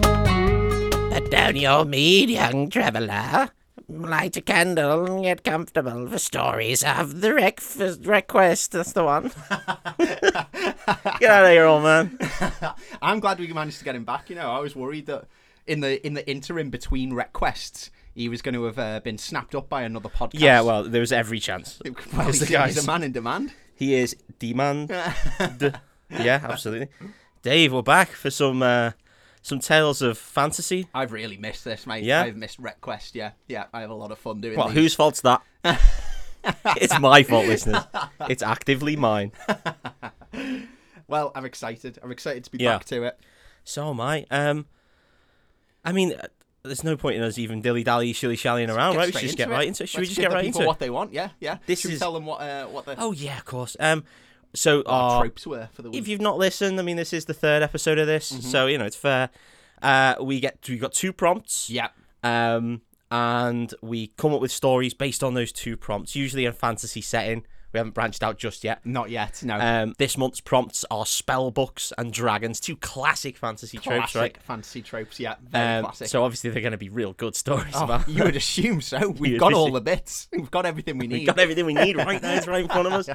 But don't you mean, young traveller? Light a candle and get comfortable for stories of the breakfast request. That's the one. Get out of here, old man. I'm glad we managed to get him back. You know, I was worried that in the in the interim between requests, he was going to have uh, been snapped up by another podcast. Yeah, well, there was every chance. Well, Here's the he's, he's guys. a man in demand. He is demand. yeah, absolutely. Dave, we're back for some uh, some tales of fantasy. I've really missed this, mate. Yeah? I've missed request. Yeah, yeah. I have a lot of fun doing. Well, these. whose fault's that? it's my fault, listeners. It's actively mine. Well, I'm excited. I'm excited to be Yeah. back to it. So am I. Um, I mean, uh, there's no point in us even dilly dally, shilly shallying around, right? Oh, We should just straight get into it. right into it. Should we Let's just give get the right people into what it? they want? Yeah, yeah. This Should we is- tell them what uh, what the Oh yeah, of course. Um, so our our tropes were for the week. Oh. if you've not listened, I mean, this is the third episode of this, Mm-hmm. so you know it's fair. Uh, we get we got two prompts. Yeah, Um, and we come up with stories based on those two prompts, usually in a fantasy setting. We haven't branched out just yet. not yet. No, Um, this month's prompts are spell books and dragons, two classic fantasy classic tropes, right? fantasy tropes. Yeah, very Um, classic. so obviously they're going to be real good stories. Oh, about- you would assume so. We've You'd got all assume- the bits. We've got everything we need. We've got everything we need right there. It's right in front of us.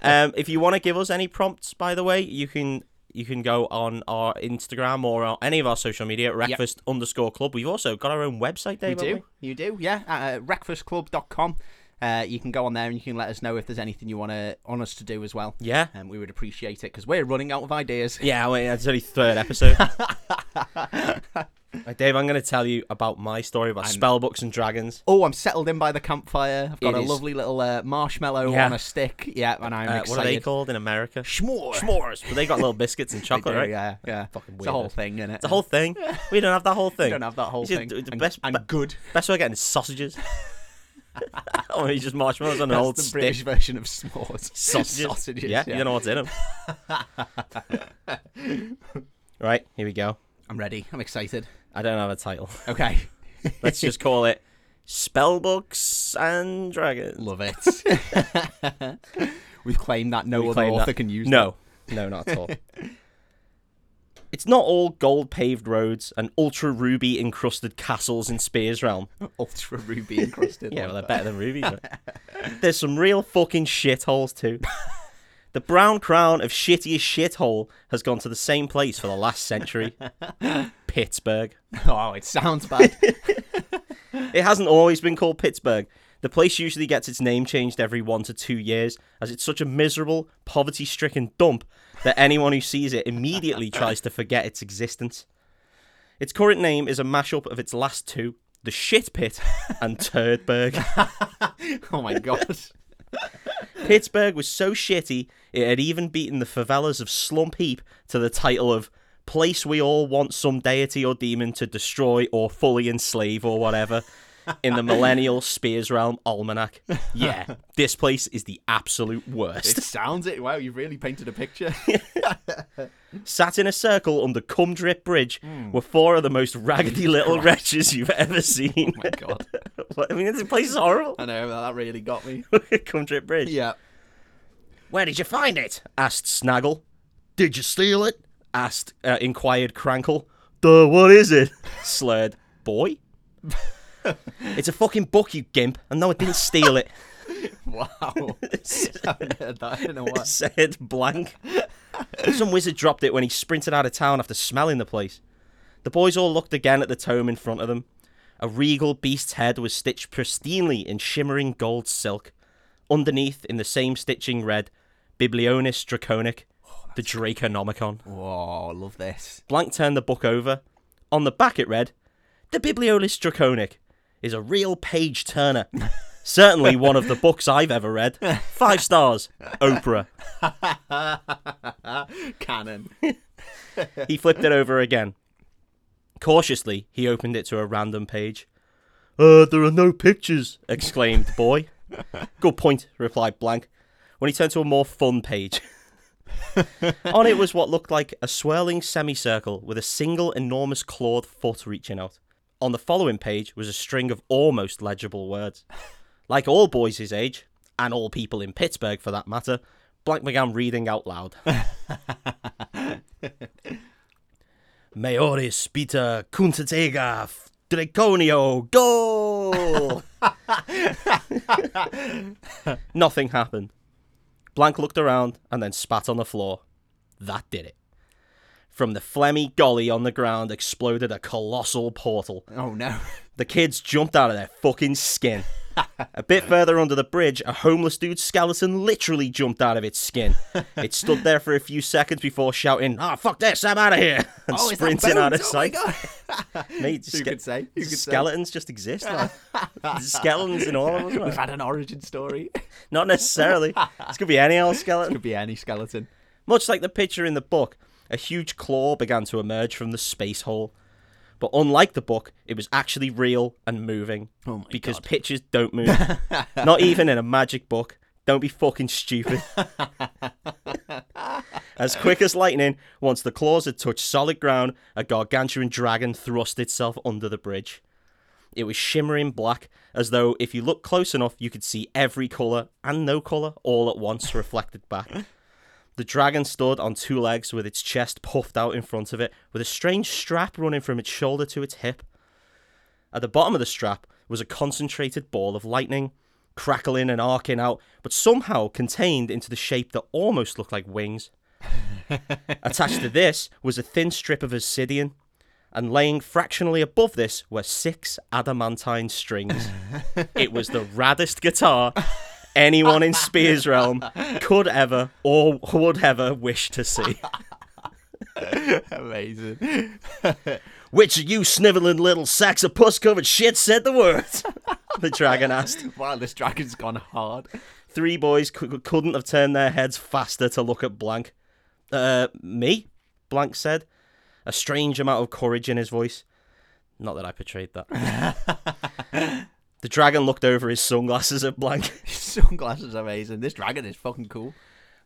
Um, if you want to give us any prompts, by the way, you can you can go on our Instagram or our, any of our social media, breakfast underscore club. We've also got our own website, You Dave. haven't do. You do. Yeah. Uh, breakfastclub.com. Uh, you can go on there and you can let us know if there's anything you want to on us to do as well. we? Yeah. Um, we would appreciate it because we're running out of ideas. Yeah, wait, that's only third episode. Right, Dave, I'm going to tell you about my story about spell books and dragons. Oh, I'm settled in by the campfire. I've got It a is. lovely little uh, marshmallow Yeah. on a stick. Yeah, and I'm Uh, excited. what are they called in America? Schmore. S'mores. But they got little biscuits and They chocolate, do, right? Yeah, yeah. Fucking It's a whole weirdos. thing, is it? The whole thing. We don't have that whole thing. We don't have that whole It's just- thing. The and, best, and good. Best way of getting sausages. or you just marshmallows on an That's old the stick. British version of s'mores. sausages. Sausages. Yeah, Yeah, you know what's in them. right, here we go. I'm ready. I'm excited. I don't have a title. Okay. Let's just call it Spellbooks and Dragons. Love it. We've claimed that no We other claim that. author can use No, no, not at all. It's not all gold paved roads and ultra ruby encrusted castles in Spears Realm. ultra ruby encrusted. Yeah, well, they're like better than rubies. right? There's some real fucking shitholes too. The brown crown of shittiest shithole has gone to the same place for the last century Pittsburgh. that. Oh, it sounds bad. It hasn't always been called Pittsburgh. The place usually gets its name changed every one to two years, as it's such a miserable, poverty stricken dump that anyone who sees it immediately tries to forget its existence. Its current name is a mashup of its last two the Shit Pit and Turdberg. oh my god. Pittsburgh was so shitty it had even beaten the favelas of Slump Heap to the title of place we all want some deity or demon to destroy or fully enslave or whatever in the millennial Spears Realm almanac. Yeah, this place is the absolute worst. It sounds it. Wow, you've really painted a picture. Oh Sat in a circle under Cumdrip Bridge Hmm. were four of the most raggedy little wretches you've ever seen. Oh my god. What- I mean, this place is horrible. I know that really got me. Cumdrip Bridge. Yeah. Where did you find it? asked Snaggle. Did you steal it? asked uh, inquired Crankle. Duh, what is it? slurred boy. it's a fucking book, you gimp. And no, I didn't steal it. Wow. I haven't heard that in a while. said blank. Some wizard dropped it when he sprinted out of town after smelling the place. The boys all looked again at the tome in front of them. A regal beast's head was stitched pristinely in shimmering gold silk. Underneath, in the same stitching red, Biblionis Draconic, the Draconomicon. Whoa, love this. Blank turned the book over. On the back it read, The Bibliolis Draconic is a real page turner. Certainly one of the books I've ever read. Five stars. Oprah. Canon. He flipped it over again. Cautiously, he opened it to a random page. Uh, there are no pictures, exclaimed the boy. Good point, replied Blank, when he turned to a more fun page. On it was what looked like a swirling semicircle with a single enormous clawed foot reaching out. On the following page was a string of almost legible words. Like all boys his age, and all people in Pittsburgh for that matter, Blank began reading out loud. Maoris Peter Kuntatega Draconio Goal! Nothing happened. Blank looked around and then spat on the floor. That did it. From the phlegmy golly on the ground exploded a colossal portal. Oh no. The kids jumped out of their fucking skin. a bit further under the bridge, a homeless dude's skeleton literally jumped out of its skin. It stood there for a few seconds before shouting, "Ah, fuck this! I'm out of here!" and Oh, is that sprinting out of bones? Oh my sight. God. Mate, just Who get- could say? Who could say? skeletons just exist. man. There's skeletons in all of us. We've man. had an origin story. Not necessarily. This could be any old skeleton. Could be any skeleton. Much like the picture in the book, a huge claw began to emerge from the space hole. But unlike the book, it was actually real and moving. Oh my because pictures don't move. Not even in a magic book. Don't be fucking stupid. as quick as lightning, once the claws had touched solid ground, a gargantuan dragon thrust itself under the bridge. It was shimmering black, as though if you looked close enough, you could see every colour and no colour all at once reflected back. The dragon stood on two legs with its chest puffed out in front of it, with a strange strap running from its shoulder to its hip. At the bottom of the strap was a concentrated ball of lightning, crackling and arcing out, but somehow contained into the shape that almost looked like wings. Attached to this was a thin strip of obsidian, and laying fractionally above this were six adamantine strings. it was the raddest guitar anyone in Spears Realm could ever or would ever wish to see. Amazing. Which of you sniveling little sacks of puss covered shit said the words? the dragon asked. Wow, this dragon's gone hard. Three boys cou- couldn't have turned their heads faster to look at Blank. Uh, me? Blank said, a strange amount of courage in his voice. Not that I portrayed that. the dragon looked over his sunglasses at Blank. His sunglasses are amazing. This dragon is fucking cool.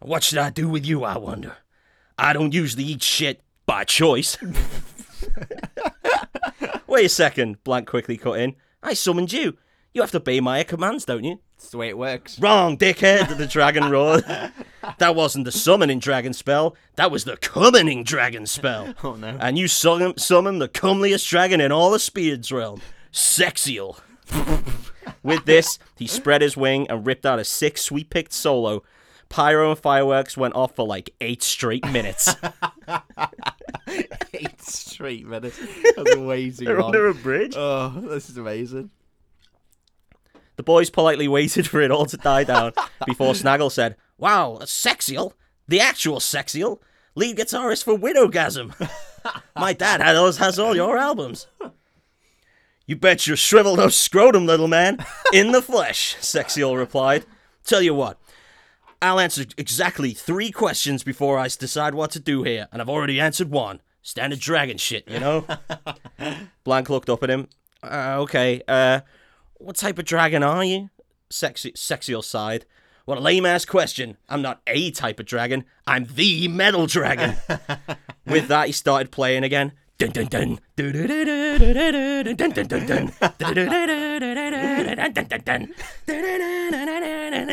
What should I do with you, I wonder? I don't usually eat shit by choice. Wait a second, Blank quickly cut in. I summoned you. You have to obey my commands, don't you? It's the way it works. Wrong, dickhead, the dragon roared. that wasn't the summoning dragon spell, that was the commoning dragon spell. Oh no. And you summon, summon the comeliest dragon in all of Speed's realm, Sexiel. With this, he spread his wing and ripped out a six sweet picked solo. Pyro and fireworks went off for like eight straight minutes. Eight straight minutes. That's way too long. a bridge. Oh, this is amazing. The boys politely waited for it all to die down before Snaggle said, Wow, Sexiel? The actual Sexiel? Lead guitarist for Widowgasm. My dad had all, has all your albums. You bet your shriveled up scrotum, little man. In the flesh, Sexiel replied. Tell you what, I'll answer exactly three questions before I s- decide what to do here, and I've already answered one. Standard dragon shit, you know? Blank looked up at him. Uh, okay, uh, what type of dragon are you? Sexy, sexier side. What a lame ass question. I'm not a type of dragon. I'm the metal dragon. With that, he started playing again. Dun dun dun. Du-du-du-du-du-du-du-dun, dun, dun, dun, dun. Du-du-du-du-du-du-du-dun, dun, dun, dun. Du-du-du-du-du-du-du-dun,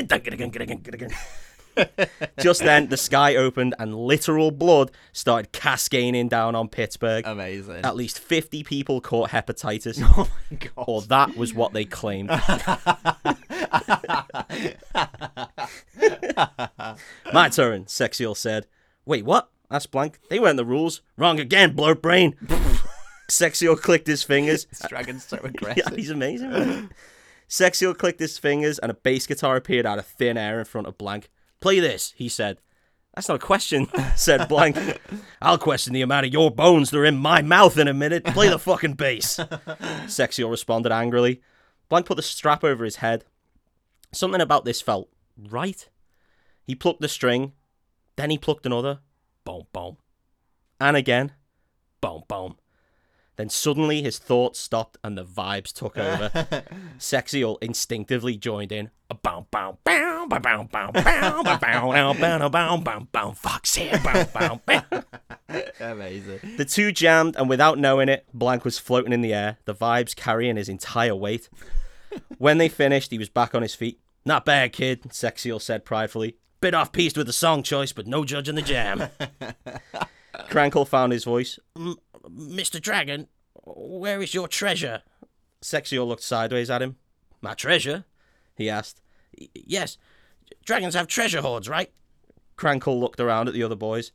dun-dun-dun-dun-dun-dun. Just then, the sky opened and literal blood started cascading down on Pittsburgh. Amazing. At least 50 people caught hepatitis Oh my god. or that was what they claimed. My turn, Sexiel said. Wait, what? asked Blank. They weren't the rules. Wrong again, blurred brain. Sexiel clicked his fingers. This dragon's so Yeah, aggressive. he's amazing. man. Sexiel clicked his fingers and a bass guitar appeared out of thin air in front of Blank. Play this, he said. That's not a question, said Blank. I'll question the amount of your bones that are in my mouth in a minute. Play the fucking bass. Sexiel responded angrily. Blank put the strap over his head. Something about this felt right. He plucked the string, then he plucked another. Boom, boom. And again. Boom, boom. Then suddenly his thoughts stopped and the vibes took over. Sexy all instinctively joined in. Bow, bow, bow, bow, bow, bow, bow, bow, bow, bow, bow, bow, bow, fox here, bow, bow, bow. Amazing. The two jammed, and without knowing it, Blank was floating in the air, the vibes carrying his entire weight. when they finished, he was back on his feet. Not bad, kid, Sexiel said pridefully. Bit off piece with the song choice, but no judging the jam. Crankle found his voice. "M- Mr. Dragon, where is your treasure? Sexiel looked sideways at him. My treasure? he asked. "Y- Yes, dragons have treasure hoards, right? Crankle looked around at the other boys.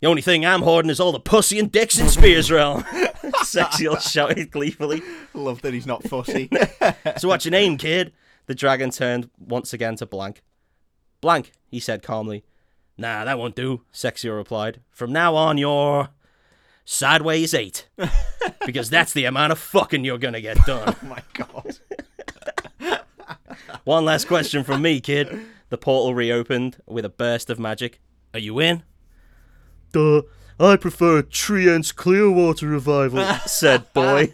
The only thing I'm hoarding is all the pussy and dicks in Spears Realm. Sexiel shouted gleefully. Love that he's not fussy. So what's your name, kid? The dragon turned once again to Blank. Blank, he said calmly. Nah, that won't do, Sexiel replied. From now on, you're sideways eight. because that's the amount of fucking you're gonna get done. oh my god. One last question from me, kid. The portal reopened with a burst of magic. Are you in? Duh. I prefer Trient's Clearwater Revival, said Boy.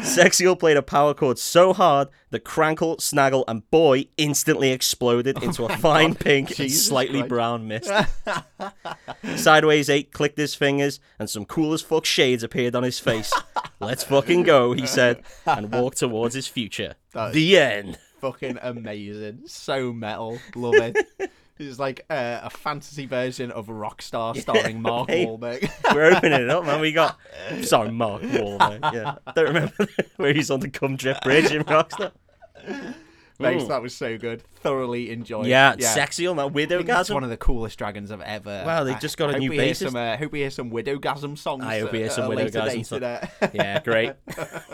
Sexiel played a power chord so hard that Crankle, Snaggle, and Boy instantly exploded into a fine pink and Oh Jesus slightly Christ. brown mist. Sideways 8 clicked his fingers, and some cool as fuck shades appeared on his face. Let's fucking go, he said, and walked towards his future. The end. Fucking amazing. So metal. Love it. This is like uh, a fantasy version of Rockstar starring Mark mate. Wahlberg. We're opening it up, man. We got sorry, Mark Wahlberg. Yeah, don't remember where he's on the Cumdrift Bridge in Rockstar. Mate, that was so good. Thoroughly enjoyed. Yeah, sexy on that I widow think that's gasm. one of the coolest dragons I've ever. Wow, they I- just got a hope new we hear bassist. Some, uh, hope we hear some Widowgasm songs. I hope we hear at- some at a later Widowgasm date songs. today. Yeah, great.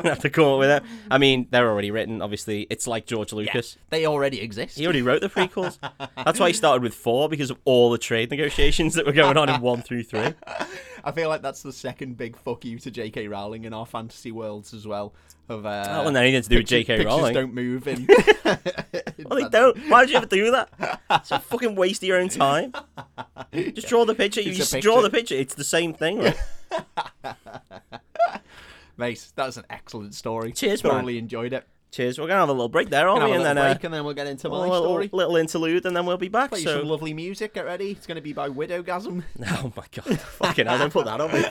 Have to come up with that. I mean, they're already written. Obviously, it's like George Lucas. they already exist. He already wrote the prequels. That's why he started with four because of all the trade negotiations that were going on in one through three. I feel like that's the second big fuck you to J.K. Rowling in our fantasy worlds as well. Of uh, That one had anything to do with pictures- J.K. pictures Rowling. don't move. And Well, they don't. Why would you ever do that? It's a fucking waste of your own time. Just draw the picture. You It's a just draw picture. the picture. It's the same thing. Right? mate, that's an excellent story. Cheers, man. Thoroughly enjoyed it. Cheers. We're gonna have a little break there, aren't Gonna we? have a And then little uh, break and then we'll get into a my little, story. little interlude, and then we'll be back. Play you so, some lovely music. Get ready. It's going to be by Widowgasm. oh my god, fucking hell! Don't put that on me.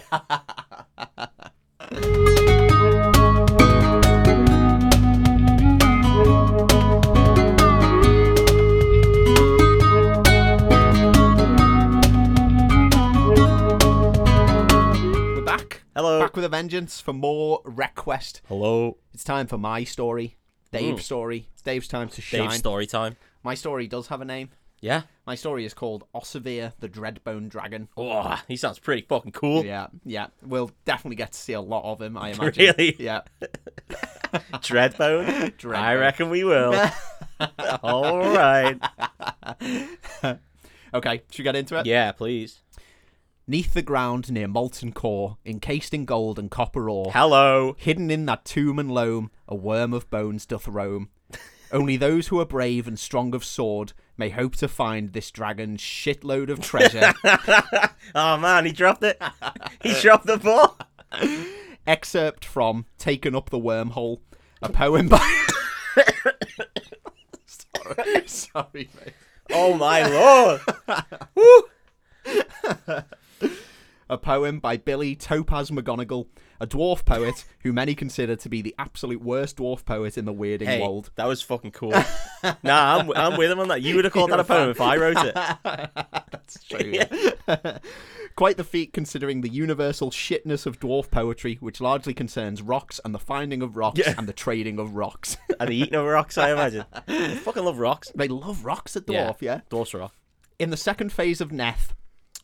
We're back. Hello. Back with a vengeance for more Request. Hello. It's time for my story. Dave's story. It's Dave's time to shine. Dave's story time. My story does have a name. Yeah. My story is called Ossevere the Dreadbone Dragon. Oh, he sounds pretty fucking cool. Yeah, yeah. We'll definitely get to see a lot of him, I imagine. Really? Yeah. Dreadbone. Dreadbone. I reckon we will. All right. Okay, should we get into it? Yeah, please. Neath the ground near molten core, encased in gold and copper ore, Hello. hidden in that tomb and loam, a worm of bones doth roam. Only those who are brave and strong of sword may hope to find this dragon's shitload of treasure Oh man, he dropped it. he dropped the ball. excerpt from Taken Up the Wormhole, a poem by. sorry, sorry, mate. Oh my lord. A poem by Billy Topaz McGonagall, a dwarf poet who many consider to be the absolute worst dwarf poet in the weirding Hey, world. that was fucking cool. nah, I'm, I'm with him on that. You would have called that a poem if I wrote it. Quite the feat considering the universal shitness of dwarf poetry, which largely concerns rocks and the finding of rocks Yeah. and the trading of rocks. And the eating of rocks, I imagine. I fucking love rocks. they love rocks, a dwarf, yeah? Dwarfs are off. In the second phase of Neth,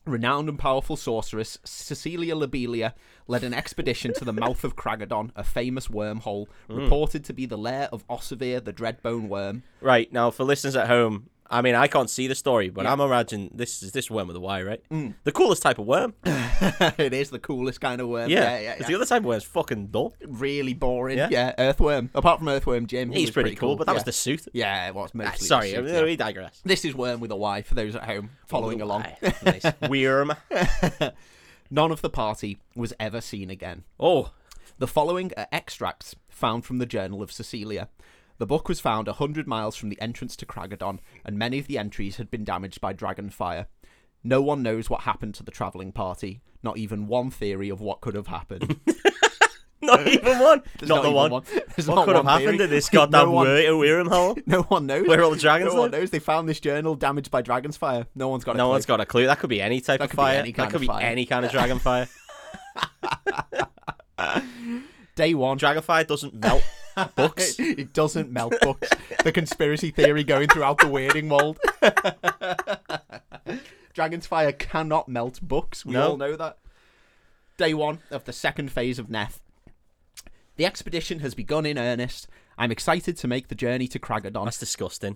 renowned and powerful sorceress Cecilia Lobelia led an expedition to the mouth of Kragadon, a famous wormhole reported to be the lair of Ossivir the Dreadbone Worm. Right, now for listeners at home, I mean, I can't see the story, but I'm imagining this is this worm with a Y, right? Mm. The coolest type of worm. Yeah. it is the coolest kind of worm. Yeah, yeah, yeah. 'Cause The other type of worm's fucking dull. Really boring. Yeah. Yeah. earthworm. Apart from earthworm Jim, he He's was pretty, cool, but that was yeah. the suit. yeah, it was mostly. Sorry, uh, the suit, yeah. we digress. This is worm with a Y for those at home following along. Aye, nice. Worm. None of the party was ever seen again. Oh, The following are extracts found from the Journal of Cecilia. The book was found 100 miles from the entrance to Cragadon, and many of the entries had been damaged by dragon fire. No one knows what happened to the travelling party, not even one theory of what could have happened. not even one. There's not, the even one. There's What not could have one happened to theory. this goddamn no no one, wormhole? No one knows. Where all the dragons No one live? knows. They found this journal damaged by dragon's fire. No one's got a No clue. one's got a clue. That could be any type That of could be fire. any kind that could of be fire. any kind of dragon fire. Day one, Dragon fire doesn't melt books. it doesn't melt books. the conspiracy theory going throughout the Weirding World. Dragon's Fire cannot melt books. We No. all know that. Day one of the second phase of Neth. The expedition has begun in earnest. I'm excited to make the journey to Cragadon. That's disgusting.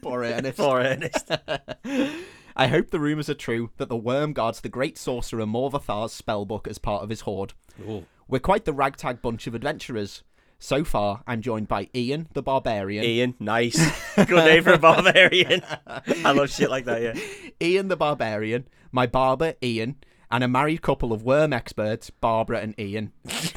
Poor Ernest. Poor Ernest. I hope the rumours are true that the worm guards the great sorcerer Morvathar's spellbook as part of his hoard. Ooh. We're quite the ragtag bunch of adventurers. So far, I'm joined by Ian the Barbarian, Ian, nice. Good name for a barbarian. I love shit like that, yeah. Ian the Barbarian, my barber Ian, and a married couple of worm experts, Barbara and Ian.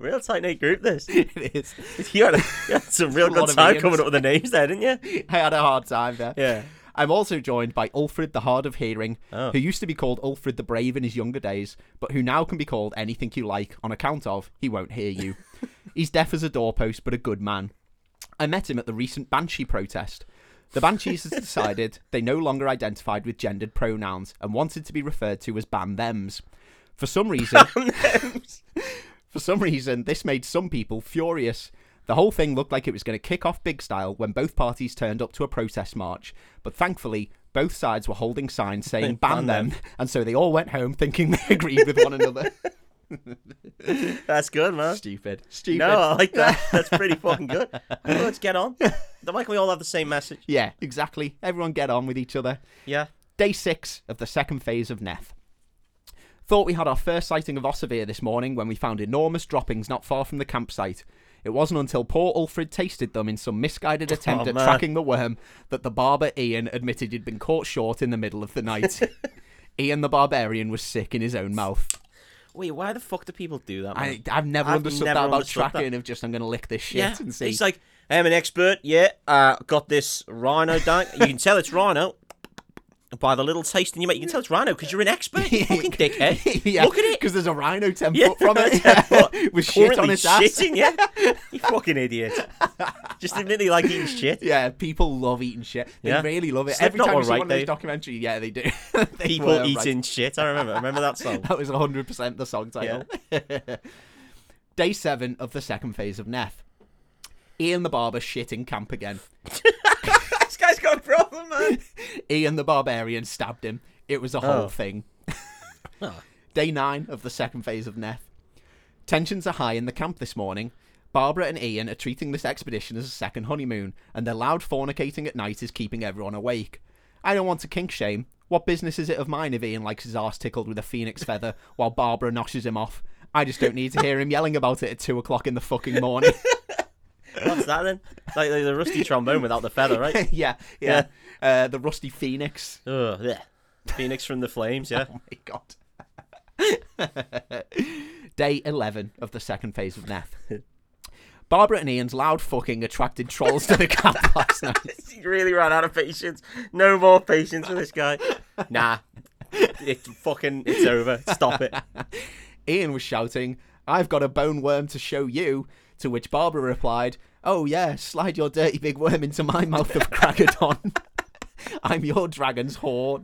Real tight knit group, this. it is. You had, a, you had some real A lot good of time Ians. coming up with the names there, didn't you? I had a hard time there. Yeah. I'm also joined by Ulfred the Hard of Hearing, Oh. who used to be called Ulfred the Brave in his younger days, but who now can be called anything you like on account of he won't hear you. He's deaf as a doorpost, but a good man. I met him at the recent Banshee protest. The Banshees has decided they no longer identified with gendered pronouns and wanted to be referred to as ban thems. For some reason, for some reason, this made some people furious. The whole thing looked like it was going to kick off big style when both parties turned up to a protest march, but thankfully, both sides were holding signs saying Ban ban them, them." and so they all went home thinking they agreed with one another. That's good, man. Stupid. Stupid. No, I like that. That's pretty fucking good. Well, let's get on. Why can we all have the same message? Yeah, exactly. Everyone get on with each other. Yeah. Day six of the second phase of Neth. Thought we had our first sighting of Ossivir this morning when we found enormous droppings not far from the campsite. It wasn't until poor Ulfred tasted them in some misguided attempt Oh, at man. tracking the worm that the barber Ian admitted he'd been caught short in the middle of the night. Ian the Barbarian was sick in his own mouth. Wait, why the fuck do people do that, man? I, I've never I've understood never that about understood that. tracking of just I'm going to lick this shit yeah. and see. It's like, I'm an expert, yeah. Uh, got this rhino dank. You can tell it's rhino. By the little taste in your mouth, you can tell it's rhino because you're an expert. You fucking dickhead. yeah, Look at it. because there's a rhino ten Yeah, foot from it yeah, with shit on Currently its ass. shitting, yeah. You fucking idiot. Just admittedly like eating shit. Yeah, people love eating shit. They Yeah. really love it. Steph Every not time you all see right, one of those Dave. documentaries, yeah, they do. They were People right. eating shit. I remember. I remember that song. That was 100% the song title. Day seven of the second phase of Neth. Ian the Barber shit in camp again. this guy's got a problem, man. Ian the Barbarian stabbed him. It was a whole thing. Day nine of the second phase of Neth. Tensions are high in the camp this morning. Barbara and Ian are treating this expedition as a second honeymoon, and their loud fornicating at night is keeping everyone awake. I don't want to kink shame. What business is it of mine if Ian likes his ass tickled with a phoenix feather while Barbara noshes him off? I just don't need to hear him yelling about it at two o'clock in the fucking morning. What's that then? Like the- the rusty trombone without the feather, right? yeah, yeah. Uh, the rusty phoenix. Ugh, bleh. Phoenix from the flames, yeah. Oh my god. Day 11 of the second phase of Neth. Barbara and Ian's loud fucking attracted trolls to the camp last night. he really ran out of patience. No more patience with this guy. Nah. It fucking it's over. Stop it. Ian was shouting, I've got a bone worm to show you. To which Barbara replied, Oh, yeah, slide your dirty big worm into my mouth of Kragadon. I'm your dragon's hoard.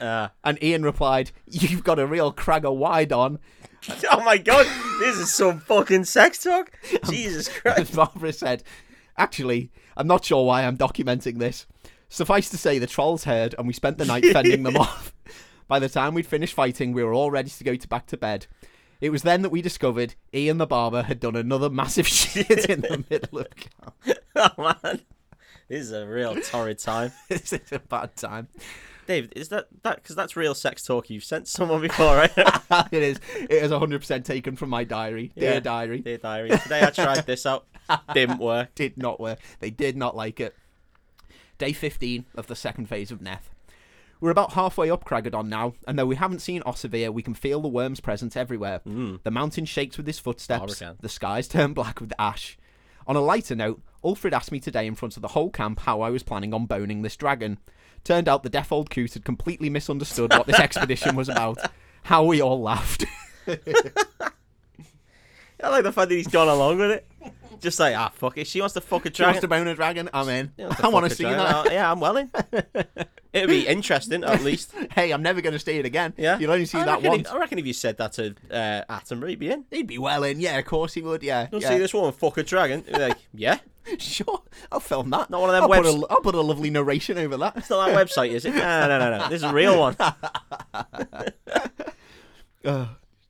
Uh, And Ian replied, You've got a real Kragger wide on. oh my god, this is some fucking sex talk. Jesus Christ. And Barbara said, Actually, I'm not sure why I'm documenting this. Suffice to say, the trolls heard, and we spent the night fending them off. By the time we'd finished fighting, we were all ready to go to back to bed. It was then that we discovered Ian the barber had done another massive shit in the middle of camp. Oh man. This is a real torrid time. This is a bad time. Dave, is that that because that's real sex talk you've sent someone before, right? it is. It is 100% taken from my diary, dear Yeah. diary. Dear diary. Today I tried this out. Didn't work. did not work. They did not like it. Day 15 of the second phase of Neth. We're about halfway up Kragadon now, and though we haven't seen Ossivir, we can feel the worm's presence everywhere. Hmm. The mountain shakes with his footsteps, Hurricane. the skies turn black with ash. On a lighter note, Ulfred asked me today in front of the whole camp how I was planning on boning this dragon. Turned out the deaf old coot had completely misunderstood what this expedition was about. How we all laughed. I like the fact that he's gone along with it. Just like, ah, fuck it. She wants to fuck a She dragon. wants to bone a dragon? I'm in. She wants I want fuck to a see dragon. that. Oh, yeah, I'm well in. It'd be interesting, at least. Hey, I'm never going to see it again. Yeah. You'll only see I that reckon once. If, I reckon if you said that to uh, Attenborough, he'd be in. He'd be well in. Yeah, of course he would. Yeah. Don't yeah. see this woman fuck a dragon. He'd be like, yeah. Sure. I'll film that. Not one of them I'll put, webs- a, I'll put a lovely narration over that. It's not that website, is it? No, no, no, no. This is a real one.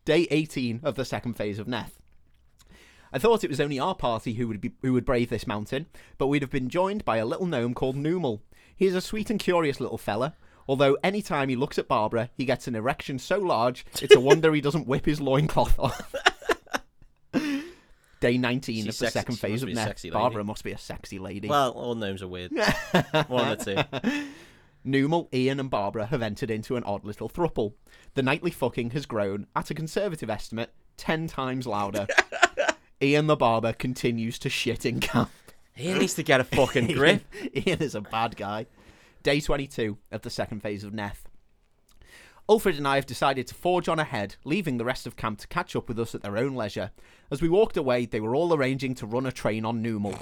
Day 18 of the second phase of Neth. I thought it was only our party who would be who would brave this mountain, but we'd have been joined by a little gnome called Noomal. He is a sweet and curious little fella. Although any time he looks at Barbara, he gets an erection so large, it's a wonder he doesn't whip his loincloth off. Day 19 She's of the sexy. second She phase must of be a Neth. sexy lady. Barbara must be a sexy lady. Well, all gnomes are weird. One of the two. Numal, Ian, and Barbara have entered into an odd little thruple. The nightly fucking has grown, at a conservative estimate, ten times louder. Ian the barber continues to shit in camp. He needs to get a fucking grip. Ian is a bad guy. Day 22 of the second phase of Neth. Ulfred and I have decided to forge on ahead, leaving the rest of camp to catch up with us at their own leisure. As we walked away, they were all arranging to run a train on Numal.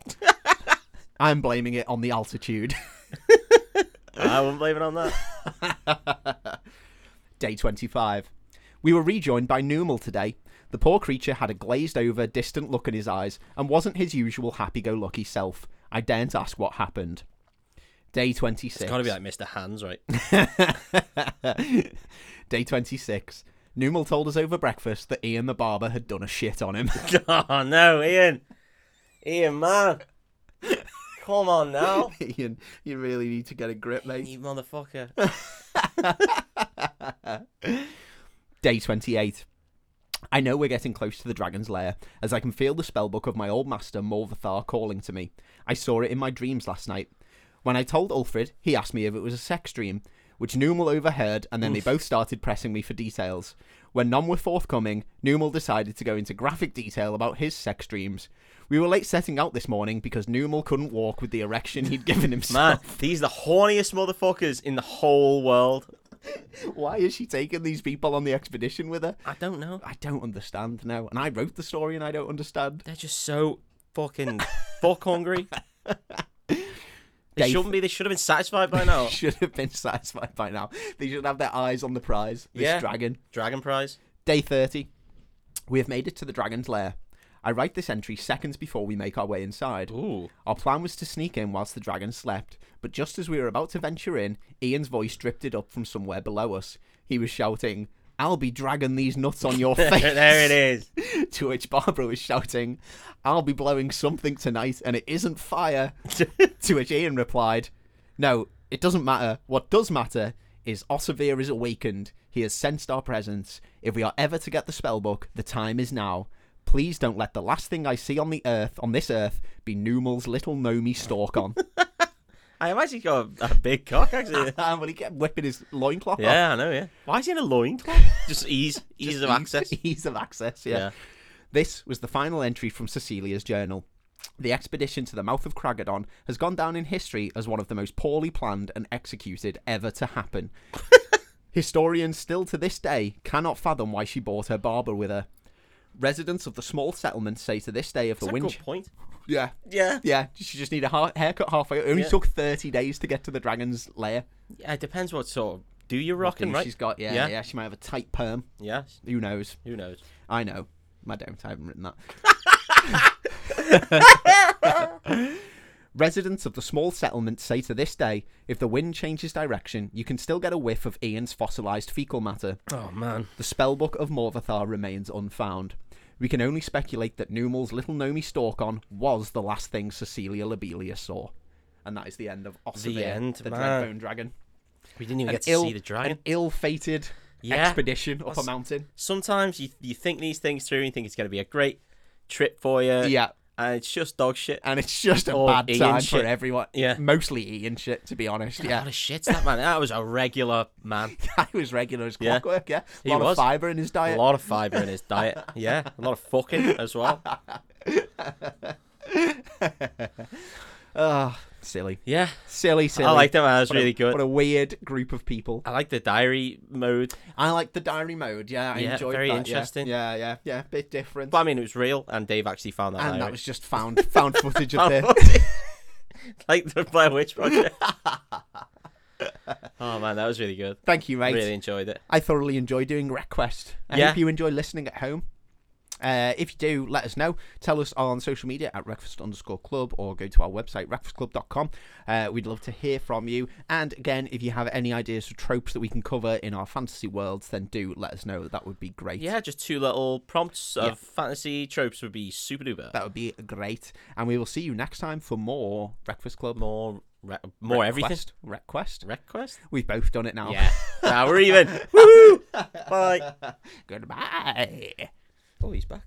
I'm blaming it on the altitude. I wouldn't blame it on that. Day 25. We were rejoined by Numal today. The poor creature had a glazed over, distant look in his eyes and wasn't his usual happy go lucky self. I daren't ask what happened. Day 26. It's gotta be like Mr. Hands, right? Day 26. Numal told us over breakfast that Ian the barber had done a shit on him. oh no, Ian. Ian, man. Come on now. Ian, you really need to get a grip, mate. You motherfucker. Day 28. I know we're getting close to the dragon's lair, as I can feel the spellbook of my old master Morvathar calling to me. I saw it in my dreams last night. When I told Ulfred, he asked me if it was a sex dream, which Numal overheard, and then they both started pressing me for details. When none were forthcoming, Numal decided to go into graphic detail about his sex dreams. We were late setting out this morning because Numal couldn't walk with the erection he'd given Man, himself. these are the horniest motherfuckers in the whole world. Why is she taking these people on the expedition with her? I don't know. I don't understand now. And I wrote the story and I don't understand. They're just so fucking fuck hungry. They Dave- shouldn't be. They should have been satisfied by now. should have been satisfied by now. They should have their eyes on the prize. This Yeah. dragon. Dragon prize. Day 30. We have made it to the dragon's lair. I write this entry seconds before we make our way inside. Ooh. Our plan was to sneak in whilst the dragon slept, but just as we were about to venture in, Ian's voice drifted up from somewhere below us. He was shouting, I'll be dragging these nuts on your face. there it is. To which Barbara was shouting, I'll be blowing something tonight and it isn't fire. to which Ian replied, No, it doesn't matter. What does matter is Ossivir is awakened. He has sensed our presence. If we are ever to get the spellbook, the time is now. Please don't let the last thing I see on the earth, on this earth, be Numal's little gnomey stalk on. I have actually got a, a big cock, actually. and when he kept whipping his loincloth off. yeah, I know, yeah. Why is he in a loincloth? Just ease. Ease of access. Ease of access, Yeah. yeah. This was the final entry from Cecilia's journal. The expedition to the mouth of Kragadon has gone down in history as one of the most poorly planned and executed ever to happen. Historians still to this day cannot fathom why she brought her barber with her. Residents of the small settlement say to this day of the That's a wind. good point. Yeah, Yeah. yeah. She just need a ha- haircut halfway. It only Yeah. took thirty days to get to the dragon's lair. Yeah, it depends what sort of do you rocking, right? She's got yeah, Yeah. yeah, She might have a tight perm. Yeah. Who knows? Who knows? I know. I don't. I haven't written that. Residents of the small settlement say to this day, if the wind changes direction, you can still get a whiff of Ian's fossilized fecal matter. Oh man. The spellbook of Morvathar remains unfound. We can only speculate that Numal's little gnomy Storkon was the last thing Cecilia Lobelia saw. And that is the end of Ossivir, end, the man. Dreadbone Dragon. We didn't even An get to ill- see the dragon. An ill-fated Yeah. expedition up a That's- mountain. Sometimes you you think these things through and you think it's gonna be a great trip for you. Yeah. and it's just dog shit. and it's just a Oh, bad Ian time shit. for everyone. Yeah. mostly Ian shit, to be honest. Yeah. Yeah, What a shit's that man. That was a regular man. he was regular as Yeah. clockwork. Yeah, He a lot was. of fiber in his A diet. lot of fiber in his diet. Yeah, a lot of fucking as well. Ah, silly, Yeah, silly, silly. I like that man. That was What a- really good. What a weird group of people. I like the diary mode, I like the diary mode. Yeah, I Yeah, enjoyed very that. yeah. interesting. Yeah, yeah, yeah. Bit different. but I mean it was real, and Dave actually found that. and diary. that was just found found footage of the like the Blair Witch Project. oh man, that was really good. Thank you, mate. Really enjoyed it. I thoroughly enjoy doing Request. I Yeah. hope you enjoy listening at home. Uh, if you do, let us know. Tell us on social media at breakfast underscore club or go to our website, breakfastclub.com. Uh, we'd love to hear from you. And again, if you have any ideas for tropes that we can cover in our fantasy worlds, then do let us know. That would be great. Yeah, just two little prompts Yeah. of fantasy tropes would be super duper. That would be great. And we will see you next time for more Breakfast Club. More, re- more everything. Request. Request. Request. We've both done it now. Yeah. now we're even. Woohoo! Bye. Goodbye. Oh, he's back.